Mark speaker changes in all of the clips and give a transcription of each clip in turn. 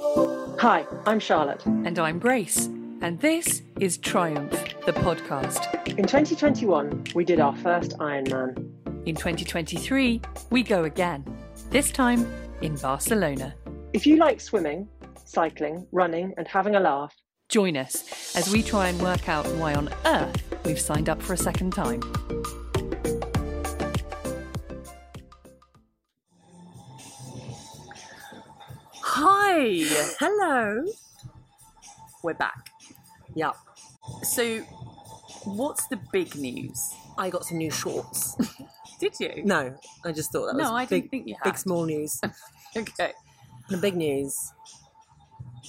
Speaker 1: Hi, I'm Charlotte.
Speaker 2: And I'm Grace. And this is Triumph, the podcast.
Speaker 1: In 2021, we did our first Ironman.
Speaker 2: In 2023, we go again, this time in Barcelona.
Speaker 1: If you like swimming, cycling, running, and having a laugh,
Speaker 2: Join us as we try and work out why on earth we've signed up for a second time. Hi!
Speaker 3: Hello.
Speaker 2: We're back.
Speaker 3: Yep.
Speaker 2: So, what's the big news?
Speaker 3: I got some new shorts.
Speaker 2: Did you?
Speaker 3: no, I just thought that
Speaker 2: No,
Speaker 3: was
Speaker 2: I
Speaker 3: big,
Speaker 2: didn't think you
Speaker 3: big
Speaker 2: had.
Speaker 3: small news.
Speaker 2: Okay.
Speaker 3: the big news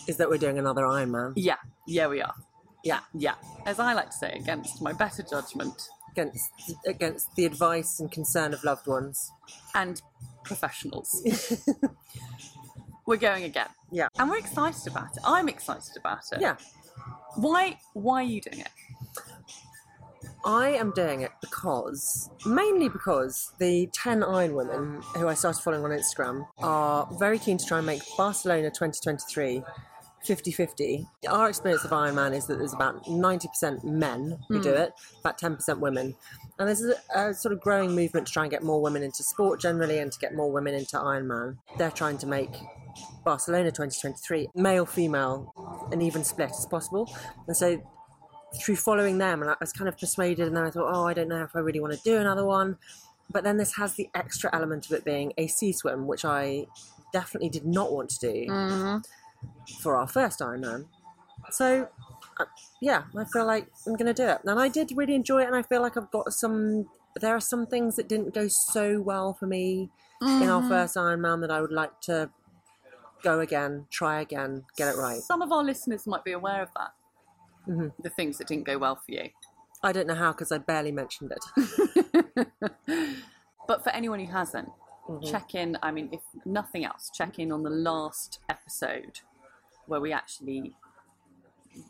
Speaker 3: is that we're doing another Ironman
Speaker 2: Yeah, yeah, we are.
Speaker 3: Yeah.
Speaker 2: yeah. As I like to say, against my better judgment
Speaker 3: against against the advice and concern of loved ones.
Speaker 2: and professionals. we're going again.
Speaker 3: Yeah.
Speaker 2: And we're excited about it. I'm excited about it.
Speaker 3: Yeah.
Speaker 2: Why why are you doing it?
Speaker 3: I am doing it because, mainly because, the 10 Iron Women who I started following on Instagram are very keen to try and make Barcelona 2023 50 50. Our experience of Ironman is that there's about 90% men who do it, about 10% women. And there's a, a sort of growing movement to try and get more women into sport generally and to get more women into Ironman. They're trying to make Barcelona 2023 male female an even split as possible. And so through following them, and I was kind of persuaded, and then I thought, oh, I don't know if I really want to do another one. But then this has the extra element of it being a sea swim, which I definitely did not want to do for our first Ironman. So, uh, yeah, I feel like I'm going to do it. And I did really enjoy it, and I feel like I've got some. There are some things that didn't go so well for me in our first Ironman that I would like to go again, try again, get it right.
Speaker 2: Some of our listeners might be aware of that. The things that didn't go well for you.
Speaker 3: I don't know how because I barely mentioned it.
Speaker 2: But for anyone who hasn't, check in. I mean, if nothing else, check in on the last episode where we actually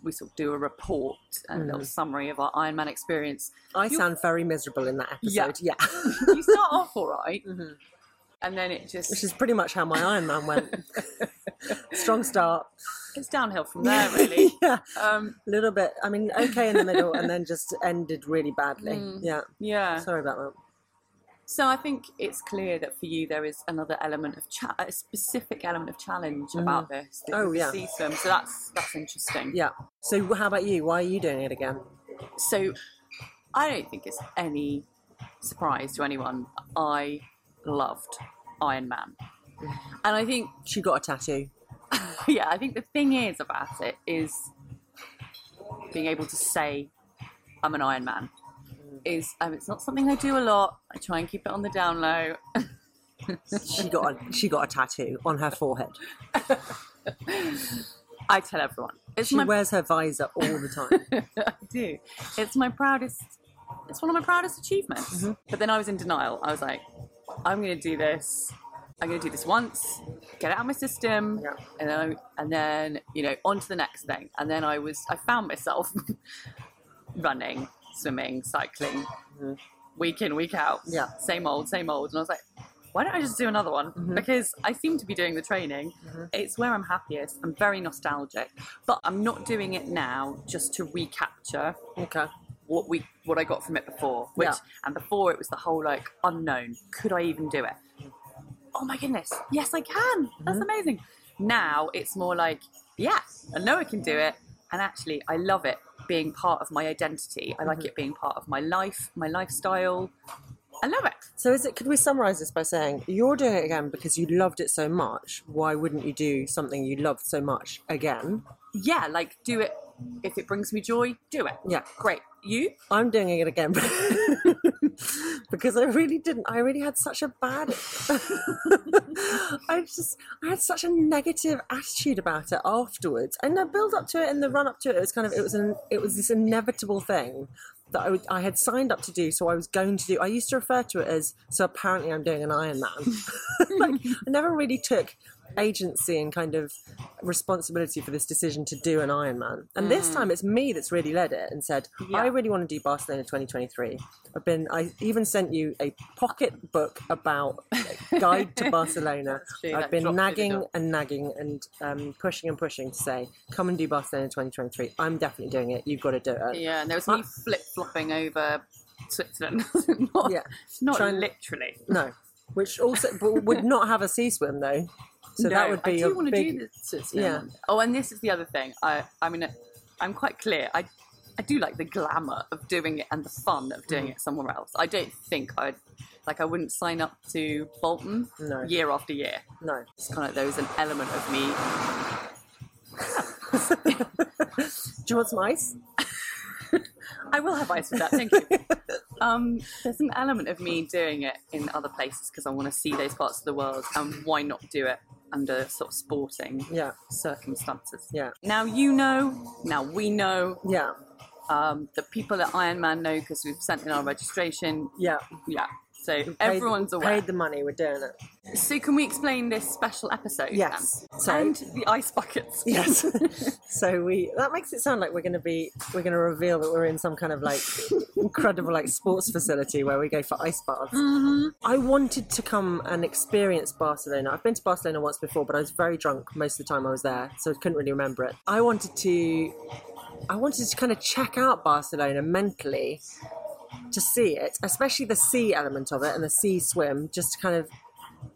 Speaker 2: we sort of do a report and a
Speaker 3: Mm.
Speaker 2: little summary of our Ironman experience.
Speaker 3: I sound very miserable in that episode. Yeah.
Speaker 2: You start off all right, and then it just
Speaker 3: Mm-hmm. Which is pretty much how my Iron Man went. Strong start.
Speaker 2: it's downhill from there, really.
Speaker 3: yeah.
Speaker 2: um,
Speaker 3: A little bit, I mean, okay in the middle and then just ended really badly. Yeah.
Speaker 2: yeah.
Speaker 3: Sorry about that.
Speaker 2: So I think it's clear that for you there is another element of cha- a specific element of challenge about this. that
Speaker 3: Oh,
Speaker 2: you can
Speaker 3: yeah.
Speaker 2: see some. So that's that's interesting.
Speaker 3: Yeah. So, how about you? Why are you doing it again?
Speaker 2: So I don't think it's any surprise to anyone. I loved Iron Man, and I think
Speaker 3: She got a tattoo.
Speaker 2: yeah, I think the thing is about it is being able to say I'm an Iron Man. Is um, it's not something I do a lot. I try and keep it on the down low.
Speaker 3: She got a, she got a tattoo on her forehead.
Speaker 2: I tell everyone. It's
Speaker 3: She
Speaker 2: my
Speaker 3: wears her visor all the time.
Speaker 2: do. It's my proudest. It's one of my proudest achievements.
Speaker 3: Mm-hmm.
Speaker 2: But then I was in denial. I was like, I'm going to do this. I'm going to do this once. Get it out of my system,
Speaker 3: Yeah.
Speaker 2: and then I, and then you know on to the next thing. And then I was I found myself running, swimming, cycling, week in week out.
Speaker 3: Yeah.
Speaker 2: same old, same old. And I was like. Why don't I just do another one? Because I seem to be doing the training. It's where I'm happiest. I'm very nostalgic, but I'm not doing it now just to recapture
Speaker 3: Okay.
Speaker 2: what we what I got from it before. Which
Speaker 3: Yeah.
Speaker 2: and before it was the whole like unknown. Could I even do it? Oh my goodness! Yes, I can.
Speaker 3: Mm-hmm.
Speaker 2: That's amazing. Now it's more like yeah, I know I can do it, and actually I love it being part of my identity. I
Speaker 3: Mm-hmm.
Speaker 2: like it being part of my life, my lifestyle. I love it.
Speaker 3: So, is it? Could we summarize this by saying you're doing it again because you loved it so much? Why wouldn't you do something you loved so much again?
Speaker 2: Yeah, like do it if it brings me joy. Do it.
Speaker 3: Yeah.
Speaker 2: great. You?
Speaker 3: I'm doing it again because I really didn't. I really had such a bad. I just I had such a negative attitude about it afterwards, and the build up to it and the run up to it, it was kind of it was an it was this inevitable thing that I, would, I had signed up to do. So I was going to do. I used to refer to it as so. Apparently, I'm doing an Iron Man. like I never really took agency and kind of responsibility for this decision to do an Ironman. And this time it's me that's really led it and said,
Speaker 2: Mm. Yeah.
Speaker 3: I really want to do Barcelona 2023. I've been, I even sent you a pocket book about a guide to Barcelona.
Speaker 2: That's true,
Speaker 3: I've
Speaker 2: that
Speaker 3: been
Speaker 2: dropped through the
Speaker 3: nagging
Speaker 2: door.
Speaker 3: and nagging and um, pushing and pushing to say, come and do Barcelona 2023. I'm definitely doing it. You've got to do it.
Speaker 2: Yeah, and there
Speaker 3: Uh
Speaker 2: was me flip flopping over Switzerland. not,
Speaker 3: Yeah.
Speaker 2: not
Speaker 3: Trying-
Speaker 2: literally.
Speaker 3: No. Which also but would not have a sea swim though. So that
Speaker 2: No,
Speaker 3: would be
Speaker 2: I do
Speaker 3: a
Speaker 2: want
Speaker 3: big,
Speaker 2: to do this Switzerland. Oh, and this is the other thing. I, I mean, I'm quite clear. I, I do like the glamour of doing it and the fun of
Speaker 3: Mm.
Speaker 2: doing it somewhere else. I don't think I'd, like, I wouldn't sign up to Bolton
Speaker 3: No.
Speaker 2: year after year.
Speaker 3: No.
Speaker 2: It's kind of there is an element of me.
Speaker 3: Do you want some ice?
Speaker 2: I will have ice with that. Thank you. um, there's an element of me doing it in other places because I want to see those parts of the world, and why not do it under sort of sporting
Speaker 3: Yeah.
Speaker 2: circumstances?
Speaker 3: Yeah.
Speaker 2: Now you know. Now we know.
Speaker 3: Yeah.
Speaker 2: um, the people at Ironman know because we've sent in our registration.
Speaker 3: Yeah.
Speaker 2: Yeah. So
Speaker 3: Paid-
Speaker 2: everyone's aware.
Speaker 3: Paid the money, we're doing it.
Speaker 2: So can we explain this special episode?
Speaker 3: Yes.
Speaker 2: then?
Speaker 3: So-
Speaker 2: and the ice buckets.
Speaker 3: Yes. so we that makes it sound like we're gonna be we're gonna reveal that we're in some kind of like incredible like sports facility where we go for ice baths. I wanted to come and experience Barcelona. I've been to Barcelona once before, but I was very drunk most of the time I was there, so I couldn't really remember it. I wanted to I wanted to kind of check out Barcelona mentally to see it, especially the sea element of it and the sea swim, just to kind of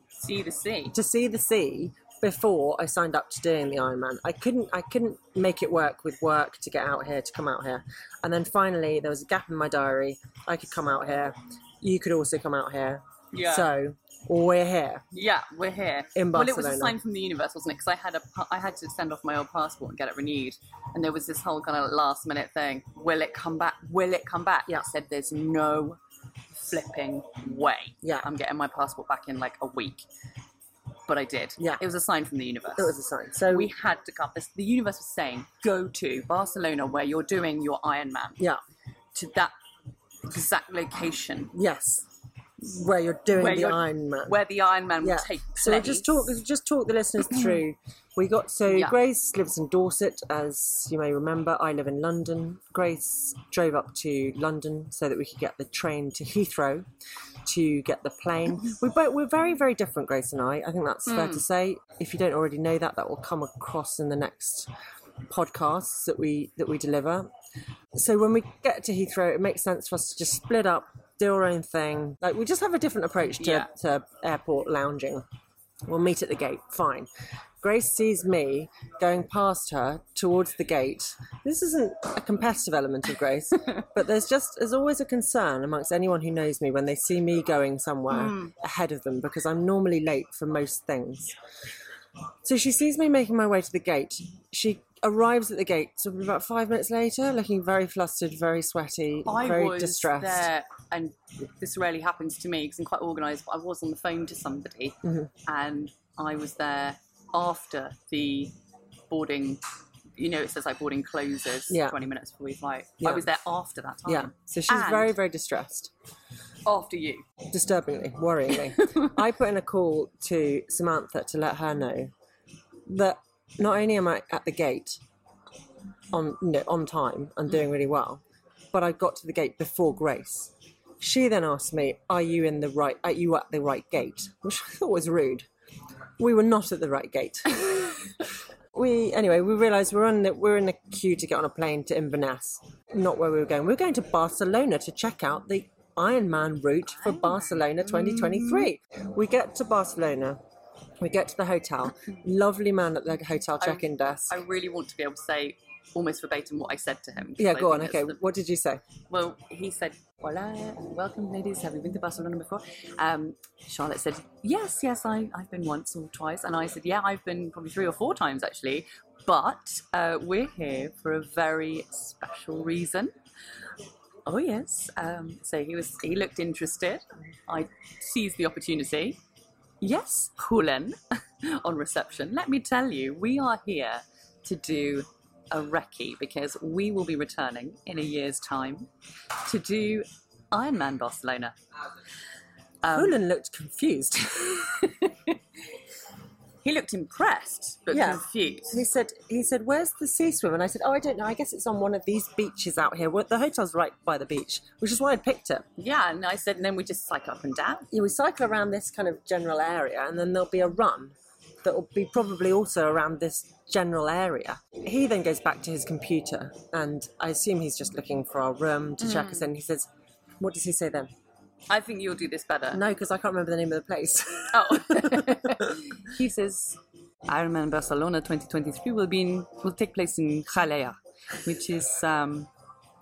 Speaker 2: See the sea.
Speaker 3: to see the sea before I signed up to doing the Ironman. I couldn't I couldn't make it work with work to get out here to come out here. And then finally there was a gap in my diary. I could come out here. You could also come out here.
Speaker 2: Yeah.
Speaker 3: So we're here.
Speaker 2: Yeah, we're here.
Speaker 3: In
Speaker 2: well, it was a
Speaker 3: Barcelona.
Speaker 2: sign from the universe, wasn't it? Because I had a, pa- I had to send off my old passport and get it renewed, and there was this whole kind of last minute thing. Will it come back? Will it come back?
Speaker 3: Yeah.
Speaker 2: I said there's no flipping way.
Speaker 3: Yeah.
Speaker 2: I'm getting my passport back in like a week, but I did.
Speaker 3: Yeah.
Speaker 2: It was a sign from the universe.
Speaker 3: It was a sign. So
Speaker 2: we had to come. This, the universe was saying, go to Barcelona where you're doing your Ironman,
Speaker 3: yeah.
Speaker 2: to that exact location
Speaker 3: Yes. Where you're doing
Speaker 2: Where
Speaker 3: the
Speaker 2: you're-
Speaker 3: Ironman.
Speaker 2: where the Ironman will take place. Mm-hmm.
Speaker 3: So just talk, just talk the listeners through. We got so
Speaker 2: Yeah.
Speaker 3: Grace lives in Dorset, as you may remember. I live in London. Grace drove up to London so that we could get the train to Heathrow to get the plane.
Speaker 2: Mm-hmm.
Speaker 3: we both we're very very different, Grace and I. I think that's fair
Speaker 2: Mm.
Speaker 3: to say. If you don't already know that, that will come across in the next podcasts that we that we deliver. So when we get to Heathrow, it makes sense for us to just split up, do our own thing. Like we just have a different approach to,
Speaker 2: Yeah.
Speaker 3: to airport lounging. We'll meet at the gate. Fine. Grace sees me going past her towards the gate. This isn't a competitive element of Grace, but there's just there's always a concern amongst anyone who knows me when they see me going somewhere
Speaker 2: Hmm.
Speaker 3: ahead of them because I'm normally late for most things. So she sees me making my way to the gate. She arrives at the gate so about five minutes later, looking very flustered, very sweaty,
Speaker 2: I
Speaker 3: very
Speaker 2: was
Speaker 3: distressed.
Speaker 2: there, and this rarely happens to me because I'm quite organised. But I was on the phone to somebody,
Speaker 3: Mm-hmm.
Speaker 2: and I was there after the boarding. You know, it says like boarding closes
Speaker 3: Yeah.
Speaker 2: 20 minutes before we flight.
Speaker 3: Yeah.
Speaker 2: I was there after that time.
Speaker 3: Yeah. So she's
Speaker 2: And-
Speaker 3: very, very distressed.
Speaker 2: After you.
Speaker 3: disturbingly, worryingly, I put in a call to Samantha to let her know that not only am I at the gate on you know, on time and
Speaker 2: Mm.
Speaker 3: doing really well, but I got to the gate before Grace. She then asked me, "Are you in the right? Are you at the right gate?" Which I thought was rude. We were not at the right gate. we anyway we realised we're on the, we're in a queue to get on a plane to Inverness, not where we were going. We were going to Barcelona to check out the Ironman route for Barcelona 2023.
Speaker 2: Mm.
Speaker 3: We get to Barcelona, we get to the hotel. Lovely man at the hotel check-in desk.
Speaker 2: I really want to be able to say almost verbatim what I said to him. 'cause
Speaker 3: yeah,
Speaker 2: I
Speaker 3: go on.
Speaker 2: think it's
Speaker 3: Okay,
Speaker 2: the-
Speaker 3: what did you say?
Speaker 2: Well, he said, Hola, welcome, ladies. Have you been to Barcelona before? Um, Charlotte said, Yes, yes, I, I've been once or twice. And I said, Yeah, I've been probably three or four times actually. But uh, we're here for a very special reason. Oh, yes. Um, so he was. He looked interested. I seized the opportunity. Yes, Hulen, on reception. Let me tell you, we are here to do a recce because we will be returning in a year's time to do Ironman Barcelona.
Speaker 3: Um, Olin looked confused.
Speaker 2: He looked impressed but
Speaker 3: Yeah.
Speaker 2: confused.
Speaker 3: He said, "He said, where's the sea swim?" And I said, "Oh, I don't know. I guess it's on one of these beaches out here. Well, the hotel's right by the beach, which is why I picked it.
Speaker 2: yeah, and I said, and then we just cycle up and down.
Speaker 3: You would cycle around this kind of general area, and then there'll be a run that will be probably also around this general area." He then goes back to his computer, and I assume he's just looking for our room to check us in. He says, "What does he say then?"
Speaker 2: I think you'll do this better.
Speaker 3: No, because I can't remember the name of the place.
Speaker 2: Oh. he says, Ironman Barcelona 2023 will be in, will take place in Jalea, which is um,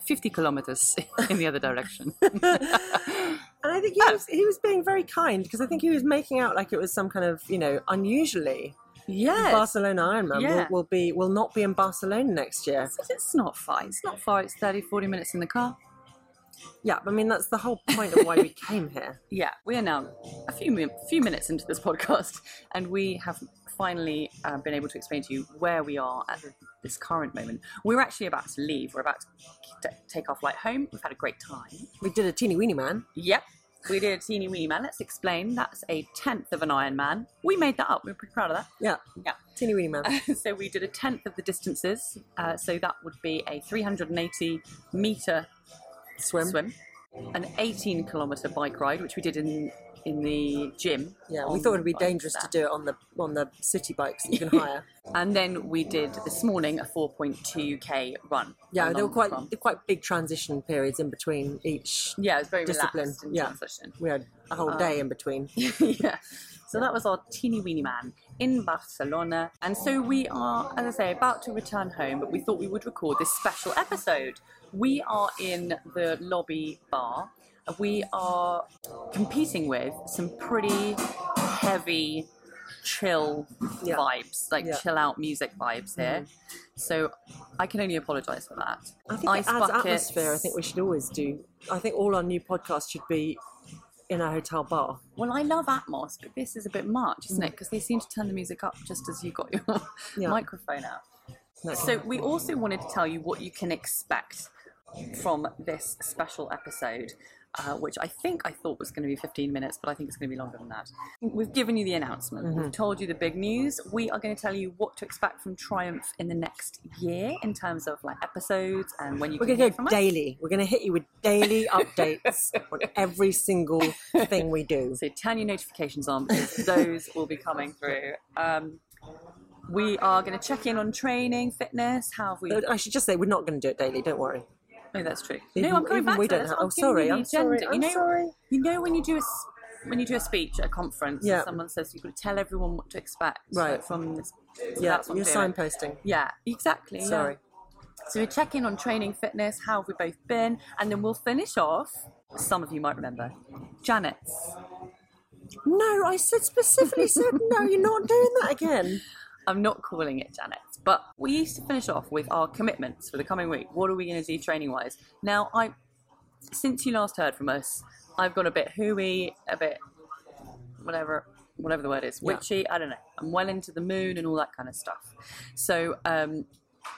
Speaker 2: 50 kilometers in the other direction.
Speaker 3: And I think he was he was being very kind because I think he was making out like it was some kind of you know unusually
Speaker 2: yes.
Speaker 3: Barcelona Ironman
Speaker 2: Yeah.
Speaker 3: will, will be will not be in Barcelona next year.
Speaker 2: it's not far. It's not far. It's 30, 40 minutes in the car.
Speaker 3: Yeah, I mean that's the whole point of why we came here.
Speaker 2: Yeah, we are now a few min- few minutes into this podcast, and we have finally uh, been able to explain to you where we are at this current moment. We're actually about to leave. We're about to t- take our flight home. We've had a great time.
Speaker 3: We did a teeny weeny man.
Speaker 2: Yep. We did a teeny weeny man. Let's explain. That's a tenth of an Iron Man. We made that up. We're pretty proud of
Speaker 3: Yeah,
Speaker 2: Yeah.
Speaker 3: teeny weeny man.
Speaker 2: that. so we did a tenth of the distances. Uh, so that would be a 380 meter
Speaker 3: Swim.
Speaker 2: swim, an 18 kilometer bike ride, which we did in in the gym.
Speaker 3: Yeah,
Speaker 2: on
Speaker 3: we thought it'd be
Speaker 2: bikes
Speaker 3: dangerous to
Speaker 2: there.
Speaker 3: do it on the on the city bikes that you can hire.
Speaker 2: And then we did this morning a 4.2k run.
Speaker 3: Yeah,
Speaker 2: A
Speaker 3: there were
Speaker 2: long
Speaker 3: quite
Speaker 2: run.
Speaker 3: quite big transition periods in between each.
Speaker 2: Yeah, it was very
Speaker 3: discipline,
Speaker 2: relaxed and
Speaker 3: yeah.
Speaker 2: transition. Um,
Speaker 3: We had a whole day in between.
Speaker 2: yeah. So that was our teeny weeny man in Barcelona. And so we are, as I say, about to return home, but we thought we would record this special episode. We are in the lobby bar. We are competing with some pretty heavy, chill
Speaker 3: Yeah.
Speaker 2: vibes, like
Speaker 3: Yeah. Mm-hmm.
Speaker 2: chill out music vibes here. So I can only apologise for that.
Speaker 3: I think it adds atmosphere. I think we should always do. I think all our new podcasts should be in a hotel bar.
Speaker 2: Well, I love Atmos, but this is a bit much, isn't it? Because they seem to turn the music up just as you got your
Speaker 3: Mm. Yeah.
Speaker 2: microphone out.
Speaker 3: No,
Speaker 2: So, we also wanted to tell you what you can expect from this special episode, uh, which I think I thought was going to be 15 minutes, but I think it's going to be longer than that. We've given you the announcement,
Speaker 3: Mm-hmm.
Speaker 2: we've told you the big news. We are going to tell you what to expect from Triumph in the next year in terms of like episodes and when you
Speaker 3: We're
Speaker 2: can
Speaker 3: going to
Speaker 2: hear
Speaker 3: go
Speaker 2: from us.
Speaker 3: daily. We're going to hit you with daily updates on every single thing we do.
Speaker 2: So turn your notifications on because those will be coming through. Um, we are going to check in on training, fitness. How have we?
Speaker 3: Uh, I should just say we're not going to do it daily. Don't worry.
Speaker 2: No, that's true.
Speaker 3: Even-
Speaker 2: no, I'm coming
Speaker 3: even
Speaker 2: back
Speaker 3: we
Speaker 2: to
Speaker 3: don't
Speaker 2: that.
Speaker 3: have-
Speaker 2: I'm
Speaker 3: oh, sorry,
Speaker 2: giving you
Speaker 3: I'm
Speaker 2: the
Speaker 3: sorry,
Speaker 2: agenda.
Speaker 3: I'm
Speaker 2: you know,
Speaker 3: sorry.
Speaker 2: You know when you do a s- when you do a speech at a conference,
Speaker 3: Yeah.
Speaker 2: and someone says you've got to tell everyone what to expect
Speaker 3: Right.
Speaker 2: like, from this. so
Speaker 3: Yeah,
Speaker 2: that's what I'm
Speaker 3: you're
Speaker 2: doing.
Speaker 3: signposting.
Speaker 2: Yeah, exactly. yeah.
Speaker 3: Sorry.
Speaker 2: So we check in on training, fitness. How have we both been? And then we'll finish off. Some of you might remember Janet's.
Speaker 3: No, I said specifically said no. You're not doing that again.
Speaker 2: I'm not calling it Janet's, but we used to finish off with our commitments for the coming week. What are we going to do training wise? Now, I since you last heard from us, I've gone a bit hooey, a bit whatever, whatever the word is,
Speaker 3: Yeah.
Speaker 2: witchy. I don't know. I'm well into the moon and all that kind of stuff. So um,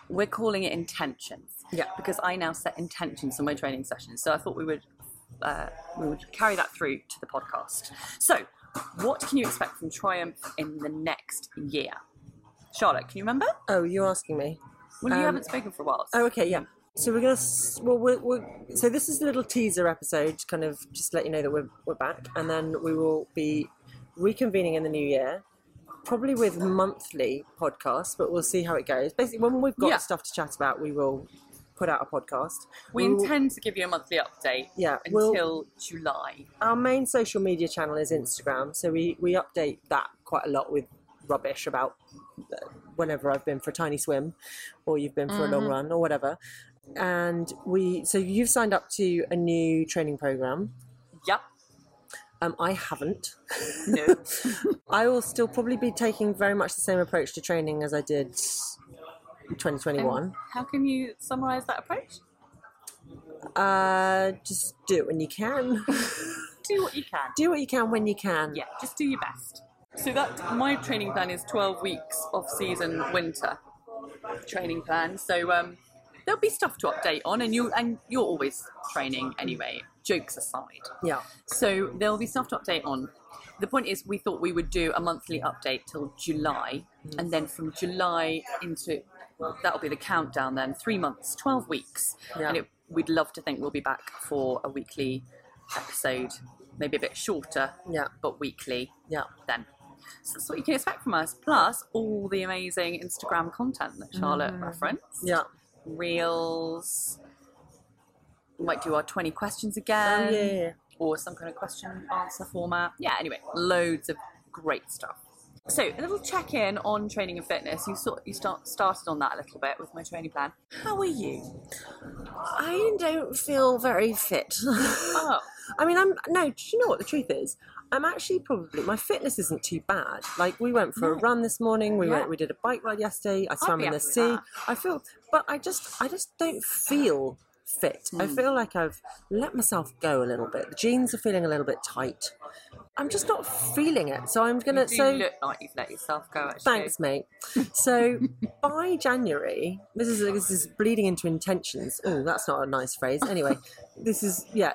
Speaker 2: we're calling it intentions.
Speaker 3: Yeah.
Speaker 2: Because I now set intentions for my training sessions, so I thought we would uh, we would carry that through to the podcast. So, what can you expect from Triumph in the next year? Charlotte, can you remember?
Speaker 3: Oh, you're asking me.
Speaker 2: Well, you
Speaker 3: Um,
Speaker 2: haven't spoken for a while.
Speaker 3: Oh, okay, yeah. So we're gonna. s- Well, we're, we're, so this is a little teaser episode, to kind of just let you know that we're we're back, and then we will be reconvening in the new year, probably with monthly podcasts, but we'll see how it goes. Basically, when we've got
Speaker 2: Yeah.
Speaker 3: stuff to chat about, we will put out a podcast.
Speaker 2: we
Speaker 3: will-
Speaker 2: intend to give you a monthly update
Speaker 3: Yeah, we'll-
Speaker 2: until July.
Speaker 3: our main social media channel is Instagram, so we, we update that quite a lot with rubbish about uh, whenever I've been for a tiny swim, or you've been for a
Speaker 2: Mm-hmm.
Speaker 3: long run, or whatever. And we, so you've signed up to a new training program.
Speaker 2: Yep.
Speaker 3: Um, I haven't.
Speaker 2: No.
Speaker 3: I will still probably be taking very much the same approach to training as I did in 2021.
Speaker 2: How can you summarize that approach?
Speaker 3: Uh, just do it when you can.
Speaker 2: Do what you can.
Speaker 3: do what you can when you can.
Speaker 2: Yeah, just do your best. So that my training plan is 12 weeks off season winter training plan. So um, there'll be stuff to update on, and you and you're always training anyway. jokes aside.
Speaker 3: Yeah.
Speaker 2: So there'll be soft update on. The point is, we thought we would do a monthly update till July,
Speaker 3: Mm.
Speaker 2: and then from July into that'll be the countdown. Then three months, twelve weeks,
Speaker 3: Yeah.
Speaker 2: and it, we'd love to think we'll be back for a weekly episode, maybe a bit shorter,
Speaker 3: Yeah.
Speaker 2: but weekly
Speaker 3: Yeah.
Speaker 2: then. So that's what you can expect from us. Plus all the amazing Instagram content that Charlotte
Speaker 3: Mm.
Speaker 2: referenced
Speaker 3: Yeah.
Speaker 2: reels. We might do our 20 questions
Speaker 3: Oh,
Speaker 2: again.
Speaker 3: yeah, yeah, yeah.
Speaker 2: Or some kind of question answer format. Yeah, anyway, loads of great stuff. So a little check in on training and fitness. You sort you start started on that a little bit with my training plan. How are you?
Speaker 3: I don't feel very fit.
Speaker 2: Oh,
Speaker 3: I mean, I'm no. Do you know what the truth is? I'm actually probably my fitness isn't too bad. Like we went for a run this morning. We
Speaker 2: Yeah.
Speaker 3: went. We did a bike ride yesterday. I swam
Speaker 2: be
Speaker 3: in the
Speaker 2: happy with
Speaker 3: sea.
Speaker 2: that.
Speaker 3: I feel, but I just, I just don't feel fit. I
Speaker 2: Hmm.
Speaker 3: feel like I've let myself go a little bit. The jeans are feeling a little bit tight. I'm just not feeling it. So I'm gonna.
Speaker 2: you do
Speaker 3: so
Speaker 2: look like you've let yourself go. Actually.
Speaker 3: Thanks, mate. So by January, this is this is bleeding into intentions. Oh, that's not a nice phrase. Anyway, this is yeah,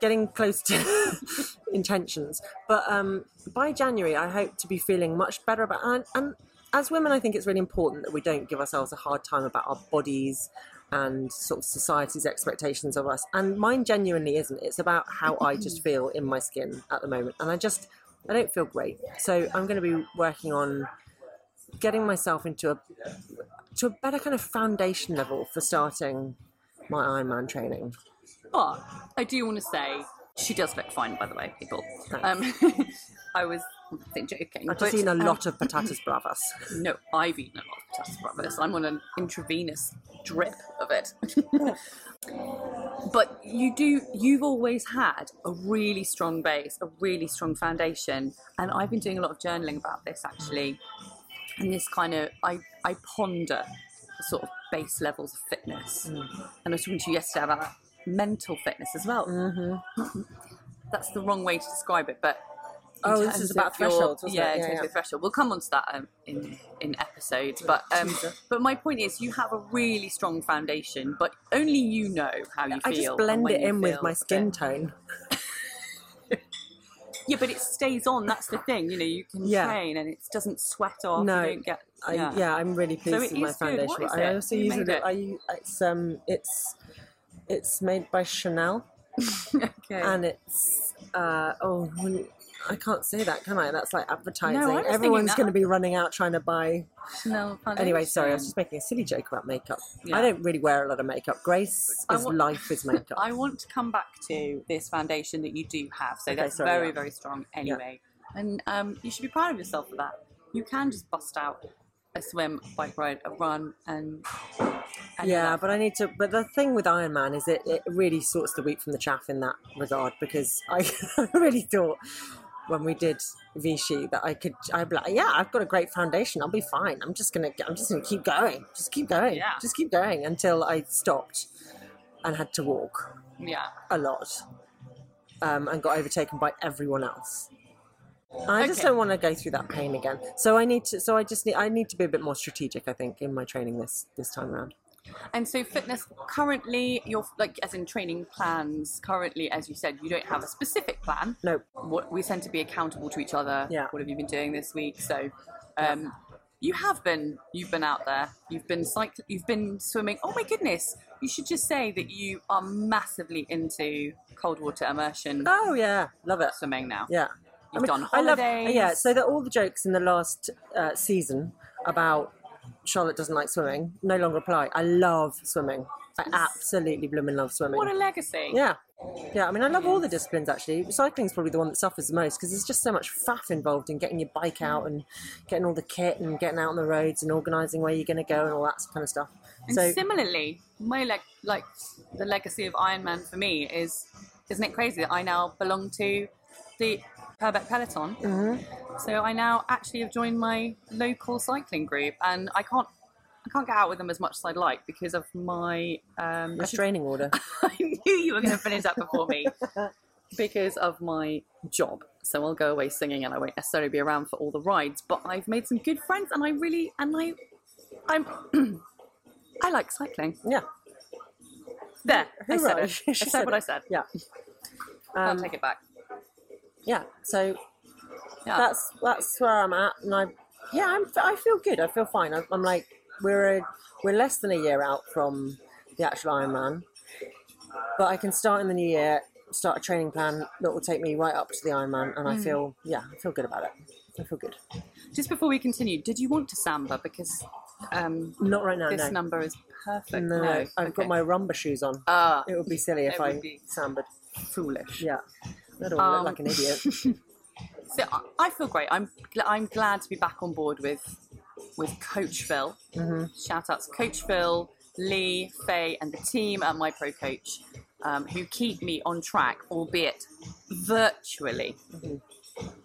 Speaker 3: getting close to intentions. But um, by January, I hope to be feeling much better about and, and as women, I think it's really important that we don't give ourselves a hard time about our bodies and sort of society's expectations of us. And mine genuinely isn't. It's about how I just feel in my skin at the moment, and I just. I don't feel great, so I'm going to be working on getting myself into a to a better kind of foundation level for starting my Ironman training.
Speaker 2: But I do want to say she does look fine, by the way, people. Um,
Speaker 3: Thanks.
Speaker 2: I was I think joking.
Speaker 3: I've
Speaker 2: but,
Speaker 3: just seen a
Speaker 2: um,
Speaker 3: lot of patatas bravas.
Speaker 2: No, I've eaten a lot of potatoes breakfast. I'm on an intravenous drip of it. but you do, you've always had a really strong base, a really strong foundation. And I've been doing a lot of journaling about this actually. And this kind of, I, I ponder the sort of base levels of fitness.
Speaker 3: Mm.
Speaker 2: And I was talking to you yesterday about that mental fitness as well. That's the wrong way to describe it, but in
Speaker 3: Mm-hmm. Oh, this
Speaker 2: terms
Speaker 3: is
Speaker 2: of
Speaker 3: about
Speaker 2: your-
Speaker 3: thresholds, wasn't
Speaker 2: yeah,
Speaker 3: it?
Speaker 2: in
Speaker 3: Yeah,
Speaker 2: terms
Speaker 3: yeah.
Speaker 2: of threshold. We'll come on to that um, in in episodes. But um, but my point is, you have a really strong foundation, but only you know how you feel.
Speaker 3: I just
Speaker 2: and
Speaker 3: blend
Speaker 2: when
Speaker 3: it
Speaker 2: you
Speaker 3: in
Speaker 2: feel
Speaker 3: with my
Speaker 2: a
Speaker 3: skin
Speaker 2: bit.
Speaker 3: tone.
Speaker 2: Yeah, but it stays on. That's the thing. You know, you can
Speaker 3: Yeah.
Speaker 2: train and it doesn't sweat off.
Speaker 3: No,
Speaker 2: you don't get.
Speaker 3: I, yeah. I'm really pleased
Speaker 2: it
Speaker 3: with my
Speaker 2: is good. What
Speaker 3: foundation.
Speaker 2: is
Speaker 3: I
Speaker 2: it?
Speaker 3: also
Speaker 2: You
Speaker 3: use
Speaker 2: made
Speaker 3: it.
Speaker 2: it.
Speaker 3: I u- it's um it's it's made by Chanel
Speaker 2: Okay.
Speaker 3: and it's uh oh when- I can't say that, can I? That's like advertising.
Speaker 2: was thinking
Speaker 3: Everyone's
Speaker 2: that.
Speaker 3: going to be running out trying to buy
Speaker 2: Chanel foundation.
Speaker 3: Anyway, sorry, I was just making a silly joke about makeup.
Speaker 2: um, Yeah.
Speaker 3: I don't really wear a lot of makeup. Grace
Speaker 2: I
Speaker 3: is
Speaker 2: want-
Speaker 3: life is makeup.
Speaker 2: I want to come back to this foundation that you do have. So that's
Speaker 3: sorry,
Speaker 2: very,
Speaker 3: yeah.
Speaker 2: very strong anyway. And um, you should be proud of yourself for that. You can just bust out a swim, bike ride, a run, and. and
Speaker 3: yeah,
Speaker 2: that.
Speaker 3: but I need to. But the thing with Iron Man is it, it really sorts the wheat from the chaff in that regard because I really thought when we did Vichy that I could. I'd be like, yeah, I've got a great foundation. I'll be fine. I'm just gonna. I'm just gonna keep going. Just keep going.
Speaker 2: Yeah.
Speaker 3: Just keep going until I stopped and had to walk
Speaker 2: Yeah.
Speaker 3: a lot um, and got overtaken by everyone else. I just
Speaker 2: Okay.
Speaker 3: don't want to go through that pain again. So I need to. So I just need. I need to be a bit more strategic. I think in my training this this time around.
Speaker 2: And so, fitness currently, you're like, as in training plans, currently, as you said, you don't have a specific plan.
Speaker 3: No.
Speaker 2: What we tend to be accountable to each other.
Speaker 3: Yeah.
Speaker 2: What have you been doing this week? So, um, you have been, you've been out there, you've been cycling, you've been swimming. Oh my goodness! You should just say that you are massively into cold water immersion
Speaker 3: Oh yeah, love it.
Speaker 2: swimming now.
Speaker 3: Yeah.
Speaker 2: You've done
Speaker 3: I love,
Speaker 2: holidays.
Speaker 3: yeah, so that all the jokes in the last uh, season about Charlotte doesn't like swimming no longer apply. I love swimming. I absolutely blooming love swimming.
Speaker 2: What a legacy!
Speaker 3: Yeah. Yeah, I mean, I love all the disciplines actually. Cycling's probably the one that suffers the most because there's just so much faff involved in getting your bike out and getting all the kit and getting out on the roads and organising where you're going to go and all that kind of stuff.
Speaker 2: And
Speaker 3: so,
Speaker 2: similarly, my like like the legacy of Iron Man for me is isn't it crazy that I now belong to the Purbeck Peloton? So I now actually have joined my local cycling group, and I can't I can't get out with them as much as I'd like because of my um, I should-
Speaker 3: restraining order.
Speaker 2: I knew you were going to finish that before me because of my job. So I'll go away singing, and I won't necessarily be around for all the rides. But I've made some good friends, and I really and I I'm I like cycling.
Speaker 3: Yeah.
Speaker 2: There, I said
Speaker 3: Hooray.
Speaker 2: it. I
Speaker 3: She
Speaker 2: said,
Speaker 3: said
Speaker 2: what
Speaker 3: it.
Speaker 2: I said.
Speaker 3: Yeah.
Speaker 2: I'll
Speaker 3: Um,
Speaker 2: take it back.
Speaker 3: yeah, so
Speaker 2: Yeah.
Speaker 3: that's that's where I'm at, and I yeah, I'm, I feel good. I feel fine. I'm, I'm like we're a, we're less than a year out from the actual Ironman, but I can start in the new year, start a training plan that will take me right up to the Ironman, and I
Speaker 2: Mm.
Speaker 3: feel yeah, I feel good about it. I feel good.
Speaker 2: Just before we continue, did you want to samba? Because um,
Speaker 3: Not right now.
Speaker 2: this
Speaker 3: no.
Speaker 2: number is perfect.
Speaker 3: no, no, I've got
Speaker 2: Okay.
Speaker 3: my rumba shoes on.
Speaker 2: Ah,
Speaker 3: it would be silly if
Speaker 2: it
Speaker 3: I
Speaker 2: would be-
Speaker 3: sambered.
Speaker 2: foolish.
Speaker 3: Yeah, I don't
Speaker 2: Um,
Speaker 3: want to look like an idiot.
Speaker 2: So I- I feel great. I'm gl- I'm glad to be back on board with with Coach Phil. Shout out to Coach Phil, Lee, Faye, and the team at My Pro Coach, um, who keep me on track, albeit virtually,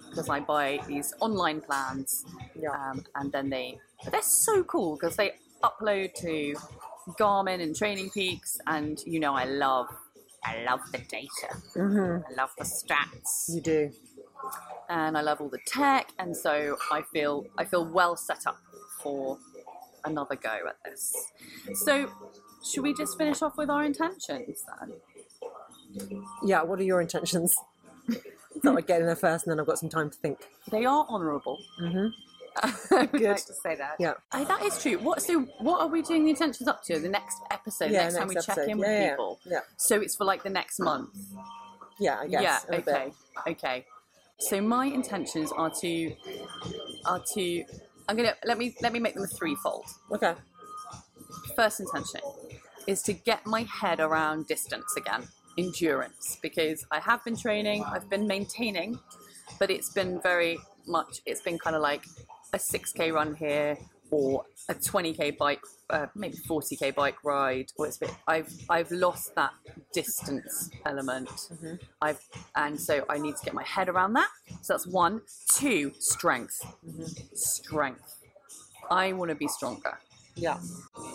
Speaker 2: because I buy these online plans,
Speaker 3: Yeah.
Speaker 2: um, and then they they're so cool because they upload to Garmin and Training Peaks, and you know I love I love the data, I love the stats
Speaker 3: you do.
Speaker 2: and I love all the tech, and so I feel I feel well set up for another go at this. So, should we just finish off with our intentions then?
Speaker 3: Yeah, what are your intentions? Thought I'd get in there first, and then I've got some time to think.
Speaker 2: They are honourable. Mm-hmm. I would
Speaker 3: Good.
Speaker 2: like to say that.
Speaker 3: Yeah.
Speaker 2: Oh, that is true. What so? What are we doing the intentions up to? The next episode, next, time we check
Speaker 3: episode.
Speaker 2: in
Speaker 3: yeah,
Speaker 2: with
Speaker 3: yeah,
Speaker 2: people.
Speaker 3: Yeah,
Speaker 2: So it's for like the next month.
Speaker 3: yeah, I guess. in
Speaker 2: yeah.
Speaker 3: a bit.
Speaker 2: Okay. Okay. So my intentions are to are to. I'm gonna let me let me make them threefold.
Speaker 3: Okay.
Speaker 2: first intention is to get my head around distance again, endurance, because I have been training, I've been maintaining, but it's been very much, it's been kind of like a 6K run here or a 20K bike, uh, maybe 40K bike ride, or it's a bit, I've, I've lost that distance element. I've, and so I need to get my head around that. So that's one. Two, strength. Strength. I want to be stronger.
Speaker 3: Yeah.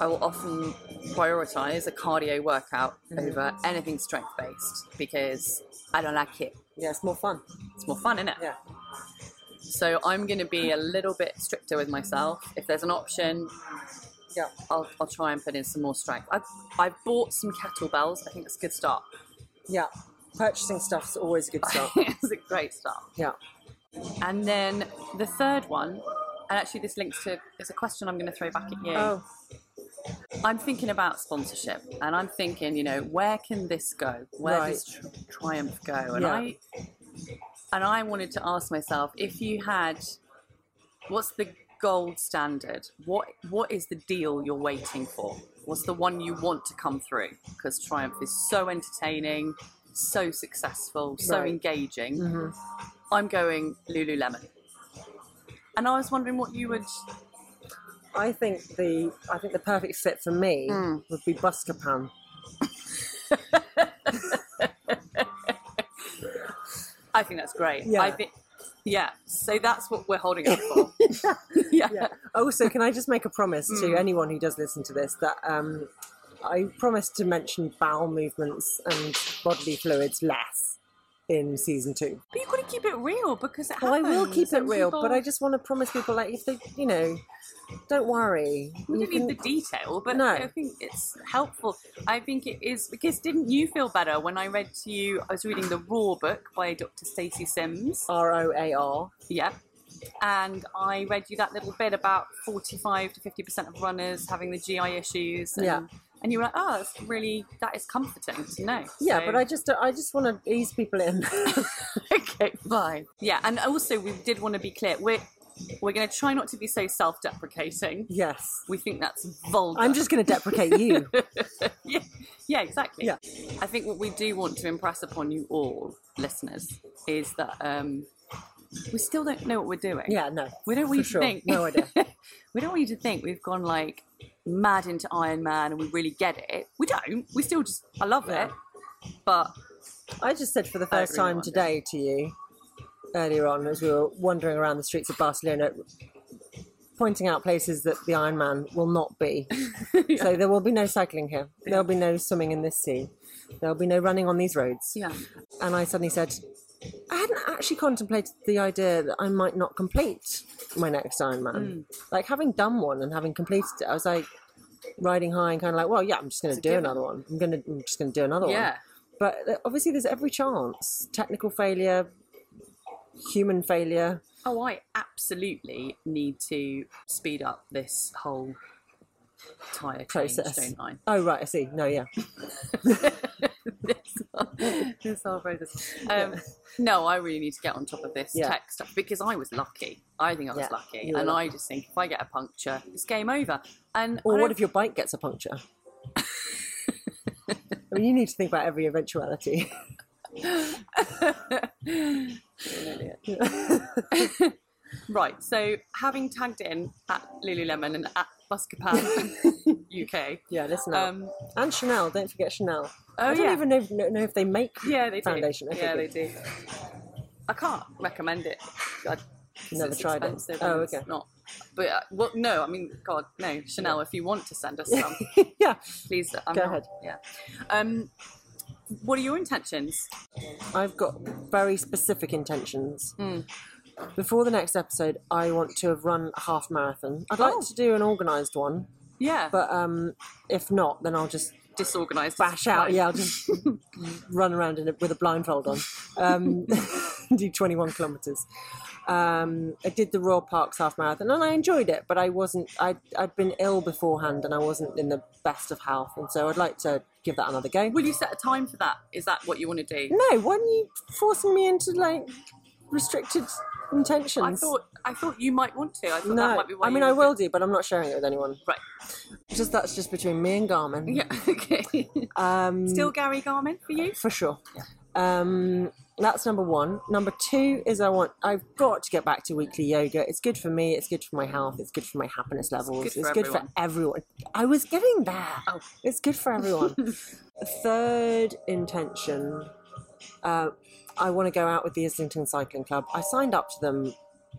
Speaker 2: I will often prioritize a cardio workout over anything strength based because I don't like it.
Speaker 3: Yeah, it's more fun.
Speaker 2: It's more fun, isn't it?
Speaker 3: Yeah.
Speaker 2: So I'm going to be a little bit stricter with myself. If there's an option,
Speaker 3: Yeah.
Speaker 2: I'll, I'll try and put in some more strength. I've, I've bought some kettlebells. I think that's a good start.
Speaker 3: Yeah. Purchasing stuff's always a good start.
Speaker 2: it's a great start.
Speaker 3: yeah.
Speaker 2: And then the third one, and actually this links to, it's a question I'm going to throw back at you.
Speaker 3: Oh,
Speaker 2: I'm thinking about sponsorship, and I'm thinking, you know, where can this go? Where
Speaker 3: Right.
Speaker 2: does Tri- Triumph go? And
Speaker 3: Yeah.
Speaker 2: I and I wanted to ask myself if you had, what's the gold standard? What what is the deal you're waiting for? What's the one you want to come through? Because Triumph is so entertaining, so successful, so
Speaker 3: Right. Mm-hmm.
Speaker 2: engaging. I'm going Lululemon, and I was wondering what you would.
Speaker 3: I think the I think the perfect fit for me would be Buscapan.
Speaker 2: I think that's great.
Speaker 3: Yeah.
Speaker 2: I think, yeah. So that's what we're holding up for. yeah.
Speaker 3: Yeah. Hmm. also, can I just make a promise to anyone who does listen to this that um, I promise to mention bowel movements and bodily fluids less in season two.
Speaker 2: But you've got to keep it real because it
Speaker 3: Well, I
Speaker 2: happens.
Speaker 3: will keep it
Speaker 2: and
Speaker 3: real,
Speaker 2: people-
Speaker 3: but I just want to promise people, like, if they, you know, don't worry.
Speaker 2: We
Speaker 3: You
Speaker 2: don't need
Speaker 3: can-
Speaker 2: the detail, but
Speaker 3: No.
Speaker 2: I think it's helpful. I think it is because didn't you feel better when I read to you? I was reading the Raw book by Dr. Stacey Sims.
Speaker 3: R O A R.
Speaker 2: Yeah. And I read you that little bit about 45 to 50% of runners having the GI issues. And,
Speaker 3: Yeah.
Speaker 2: And you were like, oh, that's really, that is comforting to know.
Speaker 3: Yeah,
Speaker 2: So-
Speaker 3: but I just, I just want to ease people in.
Speaker 2: okay, fine. Yeah, and also we did want to be clear. We're we're going to try not to be so self-deprecating.
Speaker 3: yes,
Speaker 2: We think that's vulgar.
Speaker 3: I'm just going to deprecate you.
Speaker 2: yeah, yeah, exactly.
Speaker 3: Yeah.
Speaker 2: I think what we do want to impress upon you all, listeners, is that um, we still don't know what we're doing.
Speaker 3: Yeah, no,
Speaker 2: We don't
Speaker 3: for
Speaker 2: want you to
Speaker 3: sure.
Speaker 2: think.
Speaker 3: No idea.
Speaker 2: we don't want you to think we've gone like mad into Iron Man and we really get it. We don't. We still just I love
Speaker 3: Yeah.
Speaker 2: it, but
Speaker 3: I just said for the
Speaker 2: I don't
Speaker 3: first
Speaker 2: really
Speaker 3: time
Speaker 2: want
Speaker 3: today to you earlier on as we were wandering around the streets of Barcelona, pointing out places that the Iron Man will not be. So there will be no cycling here. There'll be no swimming in this sea. There'll be no running on these roads.
Speaker 2: yeah.
Speaker 3: And I suddenly said, I hadn't actually contemplated the idea that I might not complete my next Ironman. Like having done one and having completed it, I was like riding high and kind of like, well, yeah, I'm just going to do
Speaker 2: given.
Speaker 3: another one. I'm going to, I'm just going to do another one.
Speaker 2: Yeah.
Speaker 3: But th- obviously, there's every chance technical failure, human failure.
Speaker 2: Oh, I absolutely need to speed up this whole tire change,
Speaker 3: Process.
Speaker 2: don't I?
Speaker 3: Oh, right, I see. No, yeah.
Speaker 2: this whole- this whole process. Um, No, I really need to get on top of this
Speaker 3: Yeah.
Speaker 2: tech stuff because I was lucky. I think I was
Speaker 3: Yeah,
Speaker 2: lucky,
Speaker 3: you were
Speaker 2: and I just think if I get a puncture, it's game over. And I
Speaker 3: Or
Speaker 2: don't-
Speaker 3: what if your bike gets a puncture? I mean, you need to think about every eventuality.
Speaker 2: right? So having tagged in at Lululemon and at Buscapan UK.
Speaker 3: Yeah, listen up.
Speaker 2: Um,
Speaker 3: and Chanel, don't forget Chanel. I
Speaker 2: Oh,
Speaker 3: don't
Speaker 2: yeah.
Speaker 3: even know, know, know if they make
Speaker 2: yeah, they do.
Speaker 3: foundation. Okay,
Speaker 2: yeah,
Speaker 3: good.
Speaker 2: they do. I can't recommend it. I, 'cause
Speaker 3: Never
Speaker 2: it's
Speaker 3: tried it.
Speaker 2: expensive
Speaker 3: Oh,
Speaker 2: and it's
Speaker 3: okay.
Speaker 2: Not, but uh, well, no. I mean, God, no. Chanel, if you want to send us some,
Speaker 3: yeah,
Speaker 2: please. I'm
Speaker 3: Go
Speaker 2: not-
Speaker 3: ahead.
Speaker 2: Yeah. Um, what are your intentions?
Speaker 3: I've got very specific intentions.
Speaker 2: Hmm.
Speaker 3: Before the next episode, I want to have run a half marathon. I'd
Speaker 2: Oh.
Speaker 3: like to do an organised one,
Speaker 2: Yeah.
Speaker 3: but um, if not, then I'll just
Speaker 2: disorganized.
Speaker 3: bash out.
Speaker 2: Right.
Speaker 3: Yeah, I'll just run around in a, with a blindfold on. Um, do 21 kilometres. Um, I did the Royal Parks half marathon and I enjoyed it, but I wasn't. I I'd been ill beforehand and I wasn't in the best of health, and so I'd like to give that another go.
Speaker 2: Will you set a time for that? Is that what you want to do?
Speaker 3: No, why are you forcing me into like restricted intentions?
Speaker 2: I thought I thought you might want to. I thought that
Speaker 3: no,
Speaker 2: might be why
Speaker 3: I mean
Speaker 2: you
Speaker 3: I
Speaker 2: would
Speaker 3: will
Speaker 2: do-
Speaker 3: do, but I'm not sharing it with anyone.
Speaker 2: Right.
Speaker 3: Just that's just between me and Garmin.
Speaker 2: Yeah. Okay.
Speaker 3: Um,
Speaker 2: Still Gary Garmin for you?
Speaker 3: for sure. Um, that's number one. Number two is I want. I've got to get back to weekly yoga. It's good for me. It's good for my health. It's good for my happiness levels.
Speaker 2: good for everyone.
Speaker 3: everyone. I was getting there. It's good for everyone. Third intention. Uh, I want to go out with the Islington Cycling Club. I signed up to them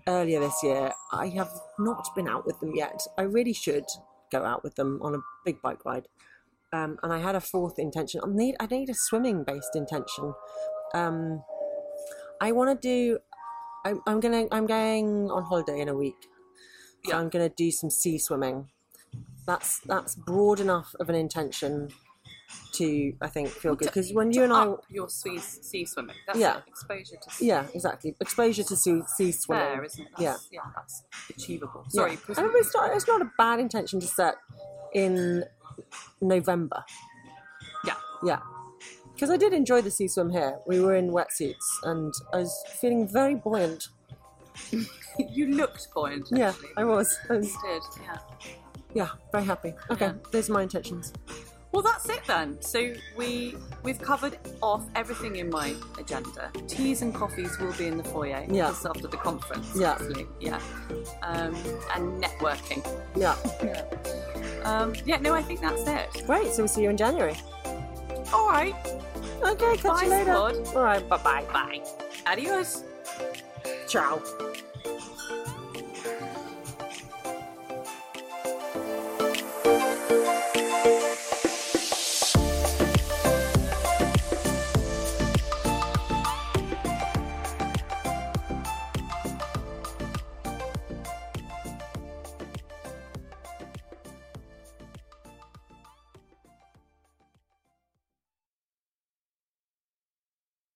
Speaker 3: earlier this year. I have not been out with them yet. I really should go out with them on a big bike ride. Um, and I had a fourth intention. I need I need a swimming based intention. Um, I want to do. I'm, I'm gonna I'm going on holiday in a week. So
Speaker 2: Yeah.
Speaker 3: I'm gonna do some sea swimming. That's that's broad enough of an intention to I think feel good because when you and I
Speaker 2: Up your sea, sea swimming. That's
Speaker 3: Yeah.
Speaker 2: it. Exposure to sea.
Speaker 3: yeah exactly exposure to sea, sea swimming
Speaker 2: There, isn't it?
Speaker 3: yeah
Speaker 2: That's, yeah. That's achievable.
Speaker 3: Yeah.
Speaker 2: Sorry.
Speaker 3: I mean, it's, not, it's not a bad intention to set in November.
Speaker 2: Yeah.
Speaker 3: Yeah. Because I did enjoy the sea swim here. We were in wetsuits and I was feeling very buoyant.
Speaker 2: you looked buoyant.
Speaker 3: Yeah,
Speaker 2: actually.
Speaker 3: I was. I was
Speaker 2: You did. Yeah.
Speaker 3: yeah, very happy. Okay,
Speaker 2: Yeah.
Speaker 3: those are my intentions.
Speaker 2: Well, that's it then. So we we've covered off everything in my agenda. Teas and coffees will be in the foyer
Speaker 3: Yeah.
Speaker 2: just after the conference.
Speaker 3: Yeah.
Speaker 2: hopefully. yeah. Um, and networking.
Speaker 3: Yeah.
Speaker 2: Um, yeah, no, I think that's it.
Speaker 3: Great, so we'll see you in January.
Speaker 2: All right,
Speaker 3: Okay, catch
Speaker 2: Bye,
Speaker 3: you later.
Speaker 2: squad.
Speaker 3: All right, bye bye.
Speaker 2: bye. Adios.
Speaker 3: Ciao.